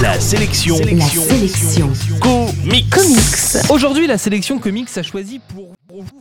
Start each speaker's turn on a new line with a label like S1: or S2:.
S1: La sélection.
S2: La sélection.
S1: Comics.
S2: Comics.
S3: Aujourd'hui, la sélection comics a choisi pour pour vous